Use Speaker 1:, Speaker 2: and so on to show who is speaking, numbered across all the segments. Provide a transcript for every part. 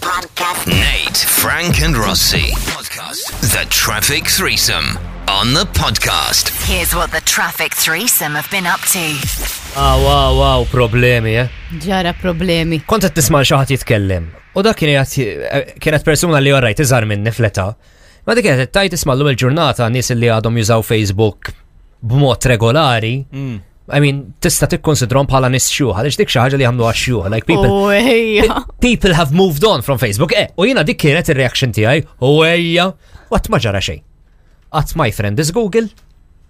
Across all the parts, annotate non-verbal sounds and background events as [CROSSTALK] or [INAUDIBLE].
Speaker 1: podcast.
Speaker 2: Nate, Frank, and Rossi. Podcast. The Traffic Threesome on the podcast.
Speaker 1: Here's what the traffic threesome have been up to.
Speaker 3: Ah, wow, wow, problemi, eh?
Speaker 4: Ġara problemi.
Speaker 3: Kont qed nisma' xi ħadd jitkellem. U dak kien jgħid- kienet persuna li orajt iżgħar minni fleta. Ma dik qed tajt isma' llum il-ġurnata nies li għadhom jużaw Facebook b'mod regolari. I mean, tista' tikkonsidrom bħala nies xjuħ, għaliex dik xi ħaġa li jagħmluha xjuħ, like people.
Speaker 4: U ejja.
Speaker 3: People have moved on from Facebook. Eh, u jiena dik kienet ir-reaction tiegħi, u ejja, qatt ma ġara xejn. Qatt my friend is Google.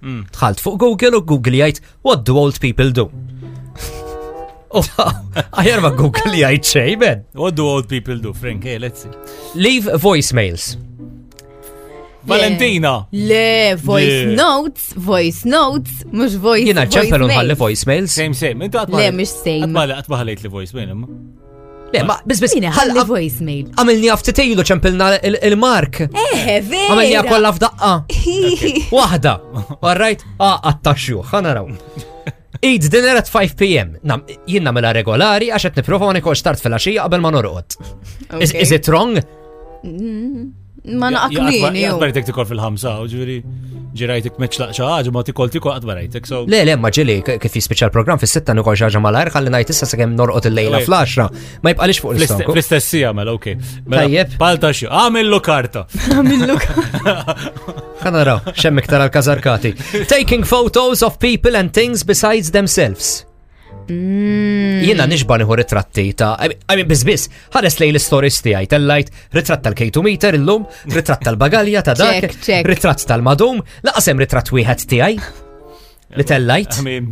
Speaker 3: Dħalt fuq Google u Google jgħid what do old people do. [LAUGHS] U għajer ma Google jgħid xejn, ben.
Speaker 5: What do old people do, Frank? Hey, let's see.
Speaker 3: Leave voicemails.
Speaker 5: Valentina!
Speaker 4: Le, voice
Speaker 5: Le.
Speaker 4: notes, voice notes, mux voice
Speaker 3: Jina ċempel
Speaker 4: voicemail.
Speaker 3: unħalli voicemails.
Speaker 5: Same, same. Intu għatma.
Speaker 4: Le, mhux same.
Speaker 5: Għatma ħalejt li voice, bejn imma.
Speaker 3: Le, ma bizbis.
Speaker 4: Jina ħalli voicemail.
Speaker 3: Għamilni għaftitejlu ċempilna il- il-mark.
Speaker 4: Eħe,
Speaker 3: Għamilni
Speaker 4: vera.
Speaker 3: għakolla f'daqqa. Wahda. Alright? Ah, għattaxxu. Ħanaraw. Eat dinner at 5pm. Nam, jina mela regolari għaxet niprofa għanik start fil-axija qabel ma norqot. Is,
Speaker 4: Okay.
Speaker 3: is it wrong?
Speaker 4: Ma naqmini ju.
Speaker 5: Għatbarajtek tikol fil-ħamsa, u ġviri. Ġirajtek meċlaq xaħġa, ma tikol tikol għatbarajtek. So,
Speaker 3: Le, le, ma ġili, k- kif jispiċa l-program fil-sitta nikol xaġa mal-għar, għalli najt issa sekem norqot il-lejla
Speaker 5: Wait.
Speaker 3: fl-10. Ma jibqalix fuq l-istanku.
Speaker 5: fl-istessija mela, ok.
Speaker 3: Tajjeb.
Speaker 5: Palta xju. Għamillu karta.
Speaker 3: Kanara, xemmek tara l-kazarkati. Taking photos of people and things besides themselves.
Speaker 4: Mm.
Speaker 3: Jina nixban iħu ritratti ta' I mean- I mean, bizbis, ħares lej l-istoris tijaj, tellajt, ritratt tal-kejtu meter illum, ritratt tal-bagalja ta' dak,
Speaker 4: Check, check.
Speaker 3: ritratt tal-madum, laqasem ritratt wieħed tijaj. Li tellajt?
Speaker 5: Għamim.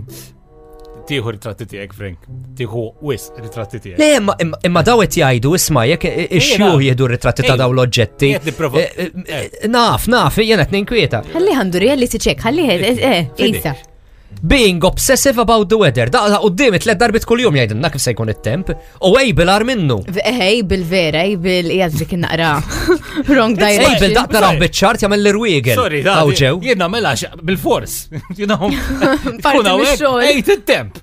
Speaker 5: Tiħu ritratti tijek, Frank. Tiħu wis ritratti tijek.
Speaker 3: Le, imma- imma- imma dawet jgħidu isma jek ixxju
Speaker 5: naf.
Speaker 3: jihdu ritratti ta'
Speaker 5: Ej,
Speaker 3: daw l-oġġetti.
Speaker 5: qed nipprova.
Speaker 3: Eh, eh, eh, Naf, naf, jena t-ninkwieta.
Speaker 4: Ħalli għandu reality check, ħalli eh, eh,
Speaker 5: Fidi.
Speaker 4: isa.
Speaker 3: Being obsessive about the weather. Da, da, uddim, it-let darbit kull-jum jgħidinna kif se jkun it-temp. U ej bil-ar minnu.
Speaker 4: eh, Ej, bil-vera, ej, bil-jazz li kien naqra. [LAUGHS] Wrong
Speaker 3: Ej
Speaker 4: direction.
Speaker 3: bil-daq taraw bil-ċart jgħamil l-rwiegel.
Speaker 5: Sorry, da.
Speaker 3: daw ġew.
Speaker 5: Jena mela xa- bil-fors. [LAUGHS] You
Speaker 3: [LAUGHS]
Speaker 5: know.
Speaker 4: Parti
Speaker 5: Kuna
Speaker 4: mix
Speaker 5: għek,
Speaker 4: xogħol.
Speaker 5: Ejt il-temp.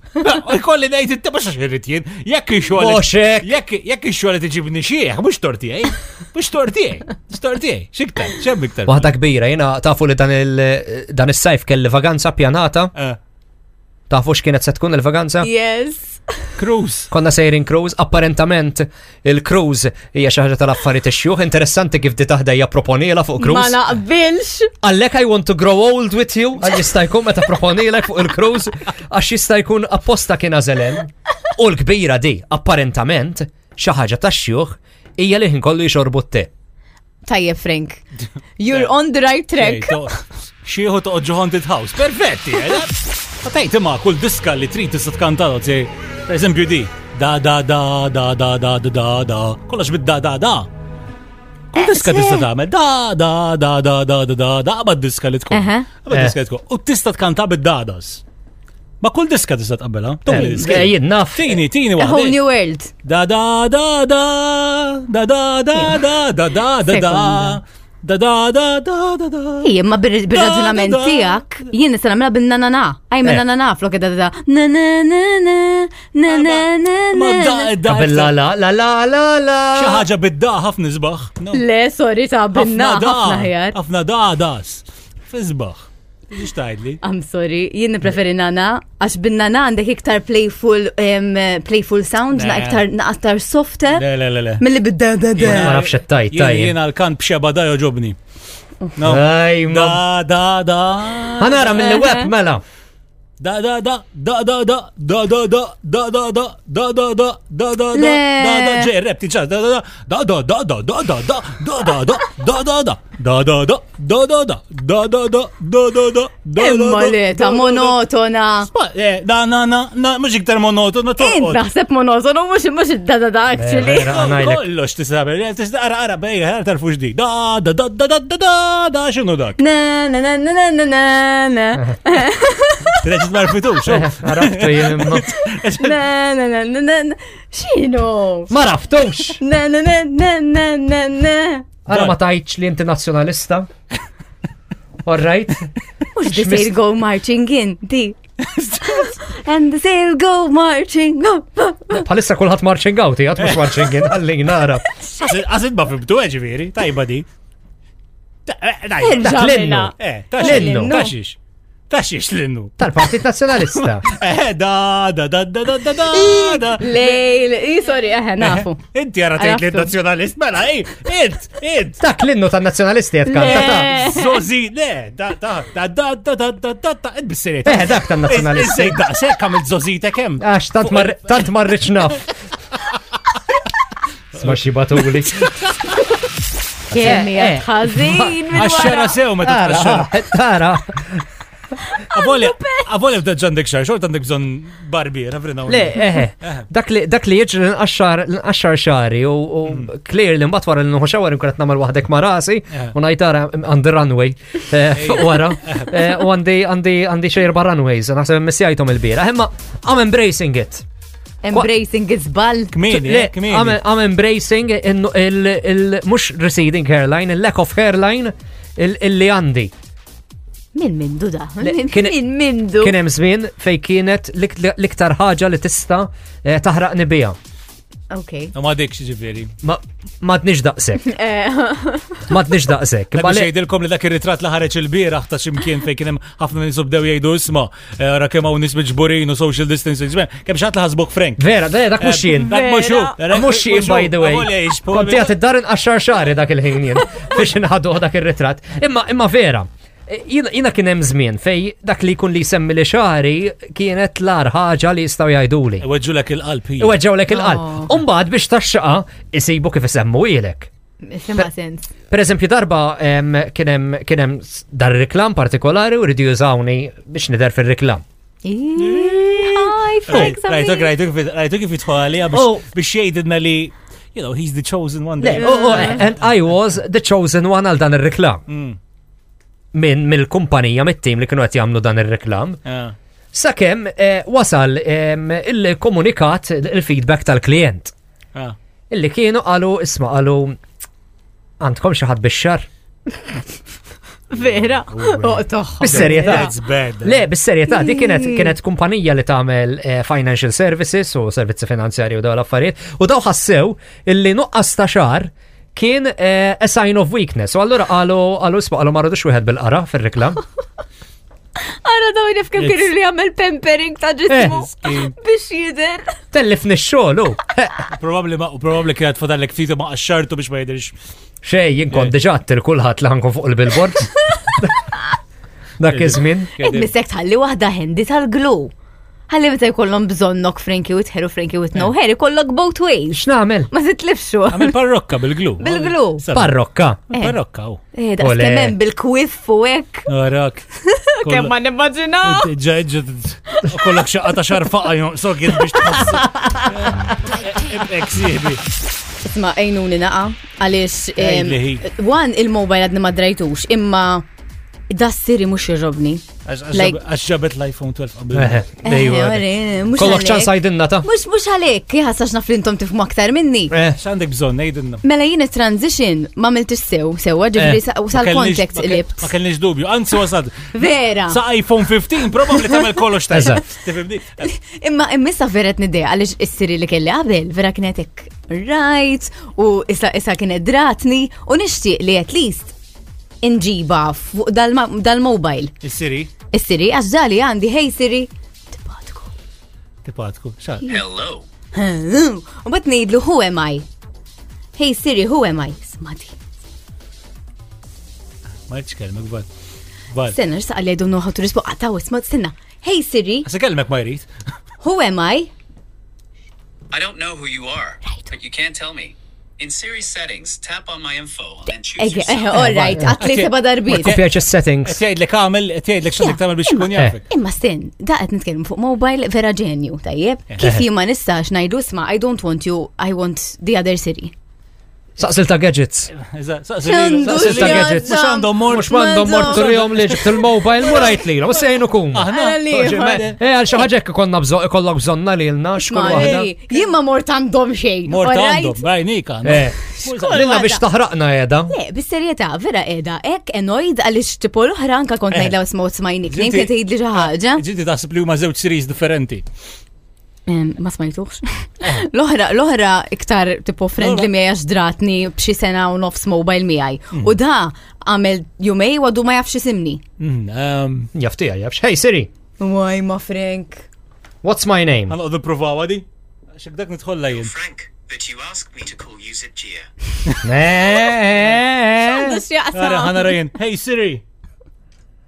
Speaker 5: Kolli nejt il-temp, għaxa xirrit jien. Jekk xogħol.
Speaker 3: Boxek.
Speaker 5: Jekk jekk xogħol tiġibni xieħ, mux torti ej. Mux torti ej. Storti ej. Xiktar, xem iktar.
Speaker 3: Waħda kbira, jena tafu li dan il- dan il-sajf kelli vaganza pjanata.
Speaker 5: Eh,
Speaker 3: Tafu x'kienet se tkun il-vaganza?
Speaker 4: Yes.
Speaker 5: Cruz.
Speaker 3: Konna sejrin cruise, apparentament il-cruise hija xi ħaġa tal-affarijiet ix-xjuħ, interessanti kif di taħda hija proponila fuq
Speaker 4: Ma
Speaker 3: cruise.
Speaker 4: naqbilx.
Speaker 3: Għallek I want to grow old with you, għal jista' jkun meta proponilek fuq il-cruise, għax jista' jkun apposta kien għażelen. U l-kbira di, apparentament, xi ħaġa tax-xjuħ hija li ħin kollu jxorbu t-te.
Speaker 4: Tajjeb,
Speaker 3: [LAUGHS]
Speaker 4: Frank. You're on the right track.
Speaker 5: Xieħu toqġu haunted house. Perfetti, eh. Ma tajt imma kull diska li trid tista' tkantalu tgħid. Per eżempju di. Da da da da da da da da da. Kollox bid-da da da. Kull diska tista' tagħmel da da da da da da da da ma diska li tkun.
Speaker 4: Aha.
Speaker 5: Ma diska li tkun. U tista' tkanta bid-dadas. Ma kull diska tista' tqabbelha. Tumli
Speaker 3: Eh,
Speaker 5: diska.
Speaker 3: Jien naf.
Speaker 5: Tini, tini
Speaker 4: A whole
Speaker 5: waħda.
Speaker 4: new world.
Speaker 5: Da da da da da da da da da da da da da da da da da da
Speaker 4: Ej, imma bir- bil-raġunament
Speaker 5: Da, da, da.
Speaker 4: tijak, jien se namela bil-nanana. Aj,
Speaker 3: Eh.
Speaker 4: minn nanana, flok da da da. Na na na na, na na na
Speaker 5: Ma da
Speaker 4: na.
Speaker 5: da
Speaker 3: Qabel la la la la la la.
Speaker 5: xi ħaġa bid-da ħafna isbaħ. No.
Speaker 4: Le, sorry, ta'
Speaker 5: Ħafna
Speaker 4: binna,
Speaker 5: da,
Speaker 4: ħafna ħjar.
Speaker 5: Ħafna da das. Fizbaħ. Ix tgħidli?
Speaker 4: I'm sorry, jien preferi nana, għax bin-nana għandek iktar playful, em, playful sound,
Speaker 5: Ne.
Speaker 4: na iktar naqtar softer,
Speaker 5: Le le le le.
Speaker 4: mill-li bid-da da da.
Speaker 3: Ma nafx tajt,
Speaker 5: Jien-
Speaker 3: tajt.
Speaker 5: Jiena l-kant b'xeba da joġobni. No.
Speaker 3: Aj, ma.
Speaker 5: Da da da.
Speaker 3: Ħanara mill-web mela.
Speaker 5: Da da da da da da da da da da da da da da da da da da
Speaker 4: Le.
Speaker 5: da da ġej rep tiġa da da da da da da da da da da da da da da da da da da da da da da da da da da da da
Speaker 4: Imma le, ta' monotona.
Speaker 5: Ma, eh, da na na na mhux iktar monotona
Speaker 4: Int
Speaker 5: toqgħod.
Speaker 4: naħseb monotona, mux mux da da da, actually.
Speaker 3: Eh, vera, ngħidlek.
Speaker 5: Kollox tisabel, tista' ara ara bejja ħar tarfux di. Da da da da da da da da x'inhu dak.
Speaker 4: Na na na na na na na.
Speaker 5: Treġ ma rfitux. oh.
Speaker 3: Għaraftu jien imma.
Speaker 4: Na na na na na na. Xino?
Speaker 3: Ma raftux!
Speaker 4: Na na na na na na na.
Speaker 3: Għara ma tajtx li inti nazjonalista. All right?
Speaker 4: Mux disir go marching in, di. And the sail go marching up.
Speaker 3: Palissa kullħat marching out, jgħat mux marching in, għalli nara.
Speaker 5: Għazit ma fibtu ġiviri, tajba di. Ta- eh, daj,
Speaker 3: Dak
Speaker 4: Ġamela.
Speaker 3: l-innu.
Speaker 5: Eh,
Speaker 3: L-innu.
Speaker 5: taxix, taxix. Taxix l-innu.
Speaker 3: Tal-Partit Nazjonalista.
Speaker 5: Eh, da, da, da, da, da, da, da, da.
Speaker 4: Lejl, i sorry,
Speaker 3: Eh,
Speaker 4: eħe, nafu.
Speaker 5: Inti għara tejt li
Speaker 4: Għaraftu.
Speaker 5: nazjonalist, mela, ej, int, int.
Speaker 3: Dak l-innu tal-Nazjonalisti jgħat kanta.
Speaker 4: Le.
Speaker 5: Zozi, le, da, da, da, da, da, da, da, da, da, id bissiriet.
Speaker 3: Eh, dak tan-nazzjonalisti.
Speaker 5: Sej, da, sej, kam il-zozi ta' kem.
Speaker 3: Għax, tant mar- tant marriċ naf. Sma xibatuli.
Speaker 4: Kemmija
Speaker 3: eh.
Speaker 4: tħazin minn
Speaker 5: Għaxxera
Speaker 4: wara.
Speaker 5: sew ma
Speaker 3: Tara,
Speaker 5: t-tara.
Speaker 3: tara.
Speaker 5: Għavoli f'da ġandek xar, xort għandek bżon barbier, għavrina.
Speaker 3: Le, eħe. Dak li- dak li jieġri l-10 xari u u clear li mbatt wara l-nuħu xawar imkunet namal wahdek ma rasi u najtara on the runway eh, fuq wara Eh, u għandi għandi għandi xejr bar runways naħseb messi għajtom il-bira. Imma I'm embracing it.
Speaker 4: Embracing izbal.
Speaker 5: Kmini,
Speaker 3: Le,
Speaker 5: eh, kmini.
Speaker 3: I'm, I'm embracing e in- il- il- mux receding hairline, il-lack of hairline e il- illi għandi.
Speaker 4: Min mindu da?
Speaker 3: Le,
Speaker 4: Min
Speaker 3: kien-
Speaker 4: min mindu?
Speaker 3: Kien hemm żmien fej kienet lik- li- l-iktar ħaġa li tista eh, taħraqni bija.
Speaker 4: Ok.
Speaker 5: U ma dik ġiviri.
Speaker 3: Ma m'għadniex daqshekk.
Speaker 5: [LAUGHS]
Speaker 4: Eh,
Speaker 3: Ma tnix daqshekk.
Speaker 5: Bale
Speaker 3: Bale-
Speaker 5: xejdilkom li dak ir-ritratt li ħareġ il-bieraħ ta' ximkien fejn kien hemm ħafna nies bdew jgħidu isma' eh, ra kemm hawn nies miġburin u social distancing. Żmien, Kemm xi ħadd li ħasbok Frank.
Speaker 3: Vera, da dak mhux jien.
Speaker 5: Eh, Dak mhux hu.
Speaker 3: Dak Mhux jien by the way. Konti għat id-dar inqaxxar xari dak il-ħin
Speaker 5: [LAUGHS]
Speaker 3: jien biex inħadu dak ir-ritratt. Imma imma vera. eh, Jina jina kien hemm żmien fej dak li jkun li semmi li xari kienet l-ar ħaġa li jistgħu jgħiduli.
Speaker 5: Weġġulek il-qalb hi.
Speaker 3: Iweġġawlek il-qalb.
Speaker 4: Oh.
Speaker 3: Umbad biex taxxaqa isibu kif isemmu ilek.
Speaker 4: Sema sens.
Speaker 3: Per eżempju, darba em, kienem, kienem s- dar reklam partikolari u rridu jużawni biex nider fil-reklam.
Speaker 4: Hi,
Speaker 5: Right,
Speaker 4: Frank,
Speaker 5: Rajtuk
Speaker 4: Samir.
Speaker 5: rajtuk fit- rajtuk kif jitħolija
Speaker 3: Oh.
Speaker 5: biex biex jgħidilna li you know he's the chosen one.
Speaker 3: Le,
Speaker 5: there.
Speaker 3: u- u- Oh, And I was the chosen one għal dan il-reklam.
Speaker 5: Mm.
Speaker 3: Min mill-kumpanija, mit-tim li kienu għet jamlu dan il-reklam.
Speaker 5: Ah.
Speaker 3: Sakem eh, wasal em, il-komunikat, il-feedback tal-klient.
Speaker 5: Ah.
Speaker 3: Illi kienu għalu, isma għalu, għandkom xaħat biex-xar?
Speaker 4: Vera.
Speaker 3: Oh,
Speaker 4: Oh, Oqtoħ.
Speaker 3: Bis-serjetà.
Speaker 5: That's bad.
Speaker 3: Le, bis-serjetà, di kienet kienet kumpanija li tagħmel eh, financial services u servizzi finanzjarji u dawn l-affarijiet u daw ħassew illi nuqqas ta' xar kien eh, a sign of weakness. U allura qalu qalu isma' qalu ma rridux wieħed bil-qara fir-reklam.
Speaker 4: Għara daw jnef kem kienu
Speaker 5: It's-
Speaker 4: li għamil pampering ta' ġismu biex jider.
Speaker 3: Tellifni x-xogħol u
Speaker 5: Probabli ma u probabli kienet fadallek ftit ma qaxxartu biex ma jgħidilx.
Speaker 3: xejn jinkon diġà attil kulħadd li ħankun fuq il-billboard. Dak iż-żmien.
Speaker 4: Id-mistek tħalli wahda hendi tal-glow. Ħalli meta jkollhom bżonnok Frankie with hair u Frankie with no hair, ikollok both ways.
Speaker 3: X'nagħmel?
Speaker 4: Ma titlifxu.
Speaker 5: Għamil parrokka bil-glu.
Speaker 4: Bil-glu.
Speaker 5: Sabi.
Speaker 3: Parrokka.
Speaker 5: Parrokka. u.
Speaker 3: Ole.
Speaker 4: Eh, daqs kemmen bil-kwif u hekk.
Speaker 5: Arak.
Speaker 4: Kemm ma nimmaġinaw.
Speaker 5: Ġeġ, kollok xaqqa ta' xarfaqa jonqsogin biex tħassi. Eksibi.
Speaker 4: Isma għajnuni naqa għaliex
Speaker 5: Ej,
Speaker 4: em,
Speaker 5: liħi.
Speaker 4: wan il-mobile għadni ma drajtux imma da s-siri mux jirrobni. Like-
Speaker 5: Għax ġabet l-iPhone 12
Speaker 3: Eh,
Speaker 5: qabel.
Speaker 4: إيه،
Speaker 3: dejju. Kollok ċans għajdinna ta'.
Speaker 4: Mux mux għalek, jħassax naf li intom tifmu aktar minni.
Speaker 3: Eh,
Speaker 5: X'għandek bżonn ngħidilna.
Speaker 4: Mela jien transition ma miltix sew, sewa
Speaker 3: Eh,
Speaker 4: ġifri sa-
Speaker 5: Ma kellniex-
Speaker 4: sal-kontekst
Speaker 5: ma ke- Ma
Speaker 4: libt.
Speaker 5: kellniex dubju, anzi wasad.
Speaker 4: Vera.
Speaker 5: Sa' iPhone 15 probabli tagħmel kollox ta'
Speaker 3: Eżatt.
Speaker 5: Tifhimni? Eh,
Speaker 4: Imma immissa veret nidea għalix s-siri li kelli qabel, vera kienetek right u issa issa kienet dratni u nixtieq li at least inġiba fuq dal- dal-mobile.
Speaker 5: Is-Siri,
Speaker 4: Is-siri għax ġali għandi, hey Siri, tibadku.
Speaker 5: tipatku. Xa?
Speaker 2: Hello.
Speaker 4: U bat nejdlu, who am I? Hey Siri, who am I? Smadi.
Speaker 5: Ma jitx kelmek bad. Bad.
Speaker 4: Senna, rsa għalli għadu nuħu turisbu għataw, smad, senna. Hey Siri,
Speaker 5: Għasa kelmek ma jrid.
Speaker 4: who am I?
Speaker 6: I don't know who you are, but you can tell me. In Siri settings, tap on my info and choose
Speaker 4: Ege, eħe,
Speaker 6: your setting.
Speaker 4: all right, għatli seba darbit.
Speaker 3: Kopjaċ
Speaker 5: Qed
Speaker 3: settings
Speaker 5: jgħidlek għamel, qed jgħidlek x'għandek tagħmel biex ikun
Speaker 3: Eh.
Speaker 5: jafek.
Speaker 4: Imma sten, da qed nitkellem fuq mobile vera ġenju,
Speaker 5: Eh.
Speaker 4: tajjeb. Kif jien ma nistax ngħidu sma' I don't want you, I want the other Siri.
Speaker 3: Saqsil ta' gadgets.
Speaker 4: Xandu
Speaker 3: Saqsil ta'
Speaker 4: x'għandhom.
Speaker 3: gadgets.
Speaker 5: Mux għandhom mort.
Speaker 3: Mux mandom
Speaker 4: Mandom.
Speaker 3: mort turjom li ġibt il-mobile, murajt li, u sejnu kum.
Speaker 5: Aħna.
Speaker 4: Għala Mela li,
Speaker 5: toġi,
Speaker 4: ma-
Speaker 5: Ah, ma-
Speaker 3: Eh, għal xaħġek konna bżon, kollok bżonna li l-na, xkun wahda.
Speaker 4: Mari, jien ma mort għandhom xejn.
Speaker 5: Mort
Speaker 4: alright?
Speaker 5: għandhom, bajnik
Speaker 3: Eh,
Speaker 5: għandhom.
Speaker 3: l-na biex taħraqna jeda.
Speaker 4: Le, Eh, bis-serjetà, vera qiegħda hekk annoyed għaliex tipo l-oħra anka kont ngħidla smaw smaj nickname
Speaker 5: Eh. Ġinti-
Speaker 4: se tgħidli xi ħaġa.
Speaker 5: Ġinti taħseb li huma żewġ series differenti.
Speaker 4: Em, Ma smajtuħx.
Speaker 5: Eh.
Speaker 4: L-oħra, l-oħra iktar tipo friendly miegħi għax dratni b'xi sena u nofs mobile miegħi. U da għamel jumej għadu ma jafx isimni.
Speaker 5: Mm, ehm,
Speaker 3: Jaftija, jafx. Hey Siri,
Speaker 4: Waj ma Frank.
Speaker 3: what's my name?
Speaker 5: Għanqodu provawa di? Xek dak nitħolla jien.
Speaker 6: Frank, that you asked me to call you Zidgia.
Speaker 3: Eh,
Speaker 4: Għandux jaqsam.
Speaker 5: Għara ħana rajin. Hey Siri!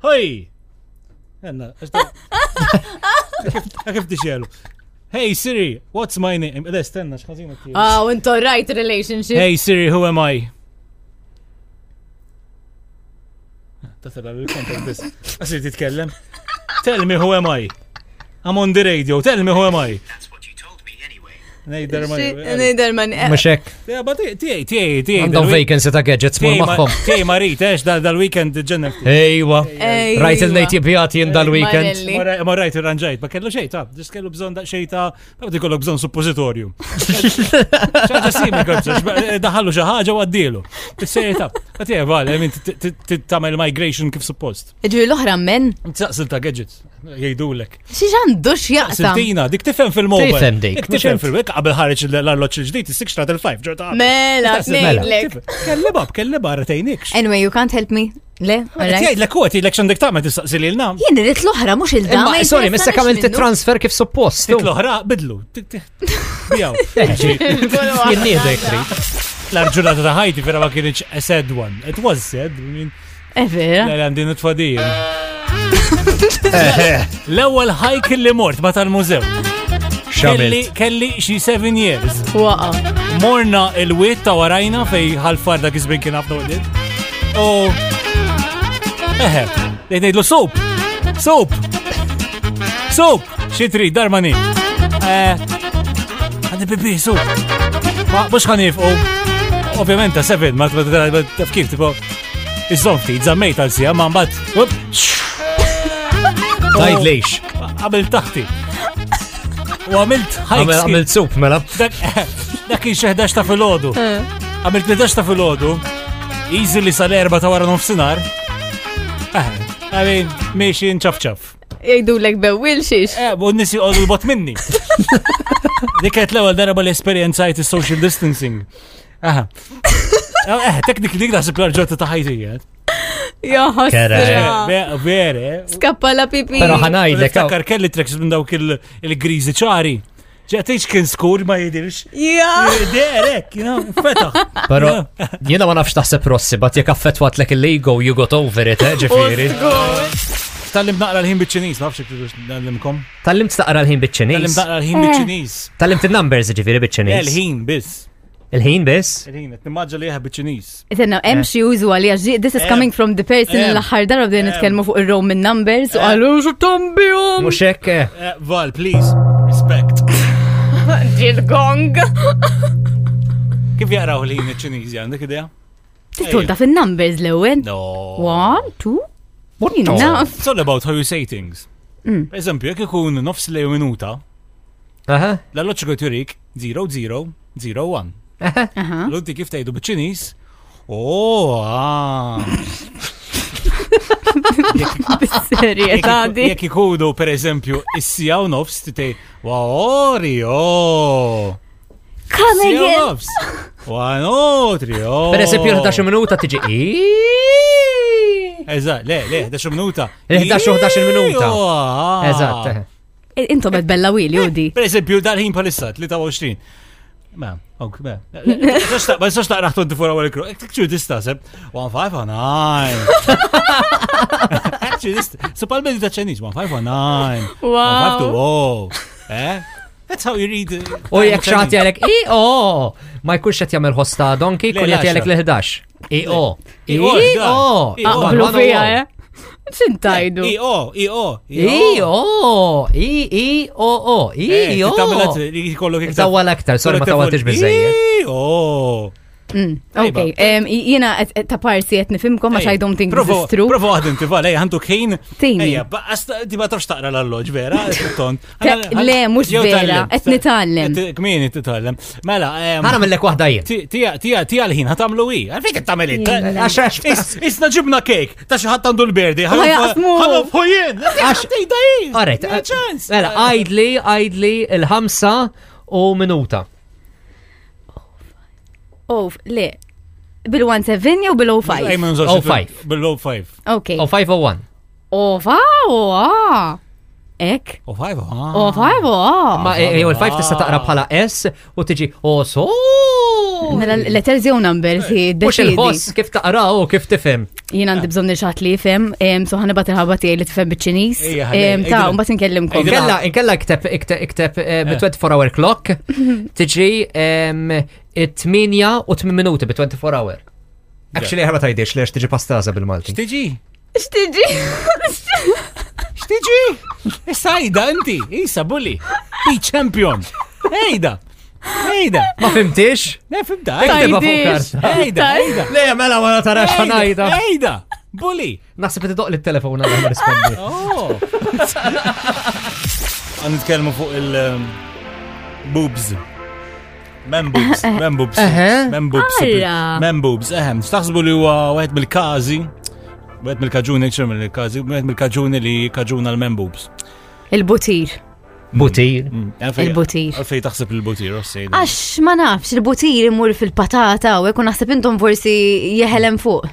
Speaker 5: Hoj! Għanna, għax Għakif tixelu. Hey Siri, what's my name? Ede, stenna, xħazina tiju.
Speaker 4: Ah, into right relationship.
Speaker 5: Hey Siri, who am I? Tasela l-kontent bis. Għasir titkellem. Tell me who am I? I'm on the radio, tell me who am I?
Speaker 6: That's what you told me anyway.
Speaker 5: Nejder ma.
Speaker 4: Niderman.
Speaker 3: Mxek,
Speaker 5: Ja, ba tiegħi, tiegħi, tiegħi.
Speaker 3: għandhom vacancy ta' gadgets mur maħħom.
Speaker 5: Tiegħi marit, eħx dal-weekend ġennet.
Speaker 3: Ejwa,
Speaker 4: Ejwa.
Speaker 3: rajt il-nejti bjati jen dal-weekend.
Speaker 4: Marelli.
Speaker 5: Marra- Marrajt irranġajt, ma kellu xejta, ġis kellu bżon da xejta, ma bdi kollu bżon suppozitorju. ċaċa simi kolbsa, eh, daħallu xaħġa u għaddilu. Sejta, ma tiegħi vale, min tagħmel migration kif suppost.
Speaker 4: Ġivi l-oħra men.
Speaker 5: Taqsil ta' gadgets, jgħidulek.
Speaker 4: Xi għandux jaqsam.
Speaker 5: Siltina, dik tifhem fil-mobile.
Speaker 3: Tifhem dik, mhux
Speaker 5: Tifhem
Speaker 3: hekk.
Speaker 5: fil-wek, qabel ħareġ l-arloċ il-ġdid, is-6 tal-5, ġorta.
Speaker 4: Mela,
Speaker 3: Mela.
Speaker 4: ngħidlek.
Speaker 5: Kelleba, kelleba, rtejnikx.
Speaker 4: Anyway, you can't help me. Le, alright.
Speaker 5: Jgħidlek u għatidlek xandek ta' ma tistaqsil il-nam.
Speaker 4: Jien irrid l-oħra mhux il-dam.
Speaker 3: Imma, Eh, sorry, missa kamil transfer kif suppost.
Speaker 5: Tik l-oħra, bidlu. Tik- tik- Bijaw. [LAUGHS]
Speaker 3: Jinnidek ri.
Speaker 5: L-arġunata ta' ħajti vera ma kienieċ a sad one. It was sad. I mean,
Speaker 4: Eh, vera.
Speaker 5: l għandin
Speaker 3: Eh.
Speaker 5: it-fadijin. L-ewel hike li mort ma tal-mużew. Kelli,
Speaker 3: Xamilt.
Speaker 5: kelli xi seven years.
Speaker 4: Waqa.
Speaker 5: Morna il-wit ta' warajna fej ħalfarda kizbin kien għafna għodin. U. Eħe, dejnejdlu soap. Soap. Soap. Xitri, darmani. Eh, Għadni bibi, soap. Ma, mux ħanif, u. Ovvijament, ta' seven, ma ma- ma- ma- taf kif, tipo. Iżom ftit, zammejt għal-sija, ma' mbat.
Speaker 3: Tajd lejx.
Speaker 5: Għamil taħti. U għamilt
Speaker 3: Għamil-
Speaker 5: ħajk.
Speaker 3: Għamilt sup, mela.
Speaker 5: Dak, dak kien xi 11 ta' filgħodu. Għamil 13 ta' filgħodu. Easy li sal-erba ta' wara nofsinhar. Eh, Għamin, miexi nċafċaf.
Speaker 4: Jgħidu l-ek bewil xiex.
Speaker 5: Eh, U nisi għodu l-bot minni. Diket l-ewel darba l-esperienzajt il-social distancing. Aha. Eh, teknik dik naħseb l-arġotta ta' ħajtija.
Speaker 4: Jaha.
Speaker 3: Kera.
Speaker 4: sra.
Speaker 5: Vere.
Speaker 4: Skappa la pipi.
Speaker 3: Pero ħanajdek. aw.
Speaker 5: Niftakar kelli treks minn dawk il- il-grizi ċari. Ġatix kien skur ma jidirx.
Speaker 4: Ja.
Speaker 5: Derek, you know, fetaħ.
Speaker 3: Pero jiena ma nafx taħseb rossi, bat jek affetwat lek il-lego, you got over it, eh,
Speaker 4: [LAUGHS]
Speaker 3: ġifiri.
Speaker 5: Tallim naqra l-ħin bit-ċinis, ma nafx kif nallimkom.
Speaker 3: Tallim taqra l-ħin
Speaker 5: Tallim
Speaker 3: bit-ċinis.
Speaker 5: naqra l-ħin bit-ċinis.
Speaker 3: Tallim t-numbers ġifiri bit-ċinis.
Speaker 5: Eh, L-ħin biss.
Speaker 3: Il-ħin bis?
Speaker 5: Il-ħin, t-nimmaġġa li bit-ċinis.
Speaker 4: Isenna, hemm xi jużu għalija ġi, this is
Speaker 5: Em.
Speaker 4: coming from the person
Speaker 5: Em.
Speaker 4: l-aħħar darba bdejna nitkellmu fuq ir-Roman numbers u um. għalu xu tombihom.
Speaker 3: Muxek, eh,
Speaker 5: Val, please, respect.
Speaker 4: Ġil gong.
Speaker 5: Kif jaqraw l-ħin bit-ċinis, għandek idea?
Speaker 4: Titolta fin-numbers l-ewwel.
Speaker 5: No.
Speaker 4: One, two.
Speaker 3: What
Speaker 4: You
Speaker 3: no?
Speaker 4: know. [LAUGHS]
Speaker 5: It's all about how you say things. Per eżempju, jek ikun nofs lejn minuta,
Speaker 3: Aha,
Speaker 5: l-alloċiku turik 0001.
Speaker 4: Aha.
Speaker 5: L-unti kif tajdu bit-ċinis? Oh, ah.
Speaker 4: Bis-serjetà di.
Speaker 5: [LAUGHS] Jek ikudu, per eżempju, issija u nofs, titej, wa oh, orio.
Speaker 4: Come
Speaker 5: Sija u
Speaker 4: again.
Speaker 5: nofs. Wa oh, notrio.
Speaker 3: per esempio l-11 minuta tiġi. Iiii.
Speaker 5: Eżat, le, le, 11 minuta.
Speaker 3: Il-11 u 11 minuta.
Speaker 5: Iju, ah.
Speaker 3: Eżatt, eh.
Speaker 4: Intom qed bella wili u di.
Speaker 5: Per eżempju, dal-ħin palissa, 23. Ma, ok, ma. Ma jistax taqraħ 24 għal E, il-kru. Ekċu tista, seb.
Speaker 3: [LAUGHS]
Speaker 5: 1519. Ekċu tista. So pal-medi ta' ċeniż, 1519.
Speaker 4: Wow.
Speaker 5: 152. Eh? That's how you read. uh,
Speaker 3: U jek
Speaker 5: Chinese.
Speaker 3: xaħat jgħalek, i o ma jkunx qed jagħmel ħosta donki,
Speaker 5: Le,
Speaker 3: kun
Speaker 5: laxa.
Speaker 3: jgħat jgħalek l-11. I o I
Speaker 5: I-o,
Speaker 3: o
Speaker 5: I-o.
Speaker 3: Ah, one,
Speaker 4: Aqblu
Speaker 3: one,
Speaker 4: fija,
Speaker 3: one.
Speaker 4: eh? X'intajdu?
Speaker 5: I-o, i-o,
Speaker 3: I o I I o o I o
Speaker 5: Eh, Tamlet li kollok iktar.
Speaker 3: Tawwa l-aktar, sorry, ma tawwaltix biżejjed.
Speaker 5: I-o. Tajba.
Speaker 4: Ok, em, jina qed- qed ta' parsi qed nifimkom għax I don't think this
Speaker 5: Eh, Provo,
Speaker 4: is true.
Speaker 5: provo għadin tifa, lej, għandu kien.
Speaker 4: Tini.
Speaker 5: Ejja, baqqas tiba torx taqra l-alloġ,
Speaker 4: [LAUGHS]
Speaker 5: vera? Tont.
Speaker 4: Ta- le, mhux vera, qed nitgħallem.
Speaker 5: Kmin nitallem. Mela, em,
Speaker 3: Ħana mill-lek wahda jien.
Speaker 5: ti- tija tija tija l-ħin, ħatamlu i. Għalfejn qed tagħmel
Speaker 3: Jien.
Speaker 5: it?
Speaker 3: Għax- għax-
Speaker 5: Is- Isna ġibna kejk, ta' xi ħadd għandu l-berdi.
Speaker 4: jaqsmu.
Speaker 5: ħalofħu jien.
Speaker 3: Għax-
Speaker 5: Tejda jien.
Speaker 3: Għarret,
Speaker 5: Ja, ċans.
Speaker 3: mela, għajdli, għajdli il-ħamsa u minuta.
Speaker 4: Oh, le. Bil-170 jew
Speaker 5: Ej,
Speaker 4: bil-05?
Speaker 5: ma nżolx
Speaker 3: Oh,
Speaker 5: it-tul.
Speaker 3: five.
Speaker 5: Below five.
Speaker 4: Ok.
Speaker 3: U 501.
Speaker 4: Ova, ova. Ek.
Speaker 5: Oh, five, ah.
Speaker 4: Ova, ova.
Speaker 3: Ma jew il-5 tista' taqra bħala S u tiġi o so.
Speaker 4: Mela l-letters jew numbers
Speaker 3: Mux
Speaker 4: id-deċidi.
Speaker 3: il-ħoss kif taqra u kif tifhem.
Speaker 4: Jien
Speaker 5: Ah.
Speaker 4: għandi bżonn nixħat li jifhem, em, so ħanibat il-ħabba tiegħi li tifhem biċ-Ċiniż.
Speaker 5: Ejja, ħalli,
Speaker 4: Em, Ta'
Speaker 5: ejdilha.
Speaker 4: mbagħad inkellimkom.
Speaker 5: Ejdilha.
Speaker 3: Inkella, inkella ikteb, ikteb, ikteb, eh, bi 24 hour clock, tiġi em, 8 u 8 minuti bi 24 hour. Actually, ħarba tajdiex li tiġi pastaza bil-Malti.
Speaker 5: Tiġi.
Speaker 4: X'tiġi?
Speaker 5: [LAUGHS] Xtiġi? Issa Ejda, inti, Isa, bulli. Be champion. Ejda. Ejda.
Speaker 3: Ma fimtix?
Speaker 5: Ne, fibda.
Speaker 3: Ikteba fuq
Speaker 4: Tajdiex.
Speaker 3: karta.
Speaker 5: Ejda, ejda.
Speaker 3: Le, mela ma tarax ħanajda.
Speaker 5: Ejda. Bulli.
Speaker 3: Naħseb li tidoq li t-telefon għal rispondi.
Speaker 5: [LAUGHS] Oh. Għan nitkellmu fuq il um, boobs. Men boobs, men boobs,
Speaker 3: Eħe.
Speaker 5: men boobs,
Speaker 4: Alla.
Speaker 5: men boobs, eh. ehem, staħsbu li huwa wieħed mill-każi, wieħed mill-kaġuni, ċer mill-każi, wieħed mill-kaġuni li kaġuna l-men boobs.
Speaker 4: Il-butir.
Speaker 3: Butir.
Speaker 5: يعني
Speaker 4: Il-butir.
Speaker 5: Għalfej taħseb il-butir, rossej.
Speaker 4: Għax ma nafx, il-butir imur fil-patata u jekun naħseb intom forsi jeħelem fuq.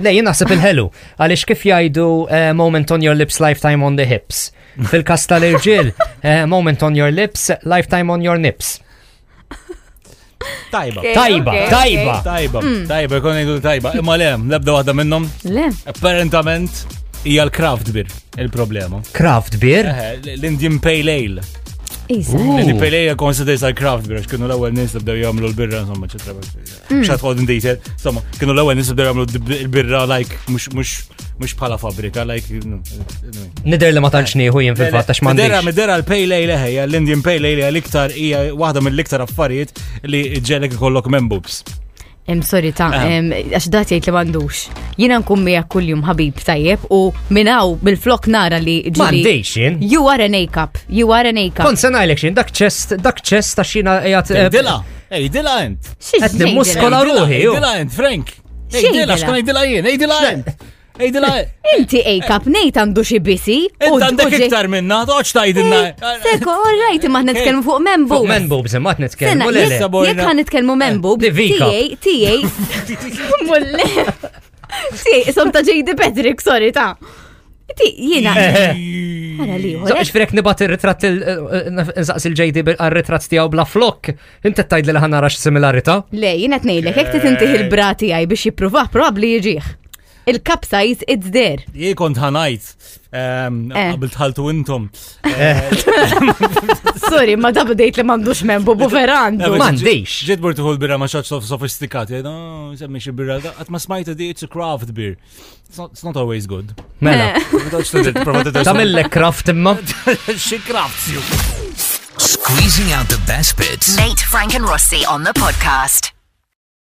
Speaker 3: Le, jien naħseb il-ħelu. Għalix kif jajdu eh, moment on your lips, lifetime on the hips. Fil-kas tal-irġil, eh, moment on your lips, lifetime on your nips.
Speaker 5: Tajba.
Speaker 3: Tajba,
Speaker 4: ok, ok.
Speaker 3: tajba.
Speaker 5: Tajba, tajba, kon jgħidu tajba. Imma le, lebda waħda minnhom.
Speaker 4: Le,
Speaker 5: Apparentament, hija l-craft beer il-problema.
Speaker 3: Craft beer?
Speaker 5: Eħe, L-Indian Pale Ale.
Speaker 4: jisa.
Speaker 5: L-Indian
Speaker 3: Ooh.
Speaker 5: Pale Ale konsiders għal craft beer, għax kienu l-ewwel nies li bdew jagħmlu l-birra, insomma, ċetra. Xat ħod in detail. Insomma, kienu l-ewwel nies li bdew jagħmlu d- l-birra like mhux mhux mhux bħala fabrika, like you know, anyway.
Speaker 3: Nider li ma tantx nieħu jien
Speaker 5: يعني
Speaker 3: fil-fatt għax
Speaker 5: Midera,
Speaker 3: m'għandix.
Speaker 5: midera l-Pale Ale eħe, l-Indian Pale Ale hija l-iktar hija waħda mill-iktar affarijiet li ġelek ikollok membubs.
Speaker 4: Em, sorry ta,
Speaker 5: Ah.
Speaker 4: em, għax dat jgħid li mandux. Jina nkun mija kull-jum ħabib tajjeb u minaw bil-flok nara li ġili.
Speaker 3: M'għandix jien.
Speaker 4: You are an A-cup, you are an A-cup.
Speaker 3: Kont se ngħidlek xejn, dak ċest, dak ċest ta' xina qiegħed. eh,
Speaker 5: Dila, ej, dila ent.
Speaker 3: qed
Speaker 5: إيه،
Speaker 3: nimmuskola ruħi, ju.
Speaker 5: Ejdila jent, Frank.
Speaker 4: Xej
Speaker 5: Ejdila,
Speaker 4: dila?
Speaker 5: xkun ejdila jien, ejdila jent. Ejdila jent.
Speaker 4: Inti A-cup, nejt għandu xi bisi.
Speaker 5: Ent għandek iktar minna, toċ tajdilna. [LAUGHS]
Speaker 4: Seko, all right, imma nitkellmu fuq membu.
Speaker 3: Fuq men boobs imma qed
Speaker 4: Sena,
Speaker 3: nitkellmu lele.
Speaker 5: lele.
Speaker 4: jek għan nitkelmu membu,
Speaker 3: Eh, Divika.
Speaker 4: tijaj, tijaj,
Speaker 3: [LAUGHS]
Speaker 4: mulle, tijaj, som ta' ġejdi Patrick, sorry ta' Ti, jina,
Speaker 3: Eh,
Speaker 4: għara li,
Speaker 3: So, xfrek nibat il-ritrat il-nżaqs il-ġejdi għal-ritrat tijaw bla flok, inti tajd li ħana rax similarita?
Speaker 4: le, jina t-nejlek, jek t-tintih il-brati għaj biex jipruvaħ, probabli jġiħ. Il-cup size, it's there.
Speaker 5: Jie kont ħanajt.
Speaker 4: Eh.
Speaker 5: Għabel tħaltu intom.
Speaker 4: Sorry, ma da bdejt li mandux membu, bu verandu.
Speaker 3: M'għandix.
Speaker 5: Ġed burtu hu l-birra ma xaċ sofistikati. No, semmi xie birra. Għat ma smajta di, it's a craft beer. It's not, it's not always good.
Speaker 3: Mela,
Speaker 4: Eh.
Speaker 3: tamillek kraft imma.
Speaker 5: [LAUGHS] Xie craft, ju.
Speaker 2: Squeezing out the best bits
Speaker 1: Nate, Frank, and Rossi on the podcast.